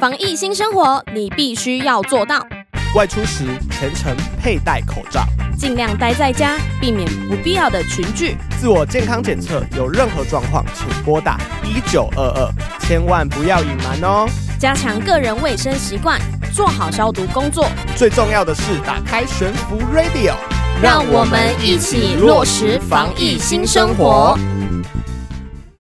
防疫新生活，你必须要做到，外出时全程佩戴口罩，尽量待在家，避免不必要的群聚。自我健康检测有任何状况，请拨打一九二二，千万不要隐瞒哦。加强个人卫生习惯，做好消毒工作，最重要的是打开悬浮 Radio，让我们一起落实防疫新生活。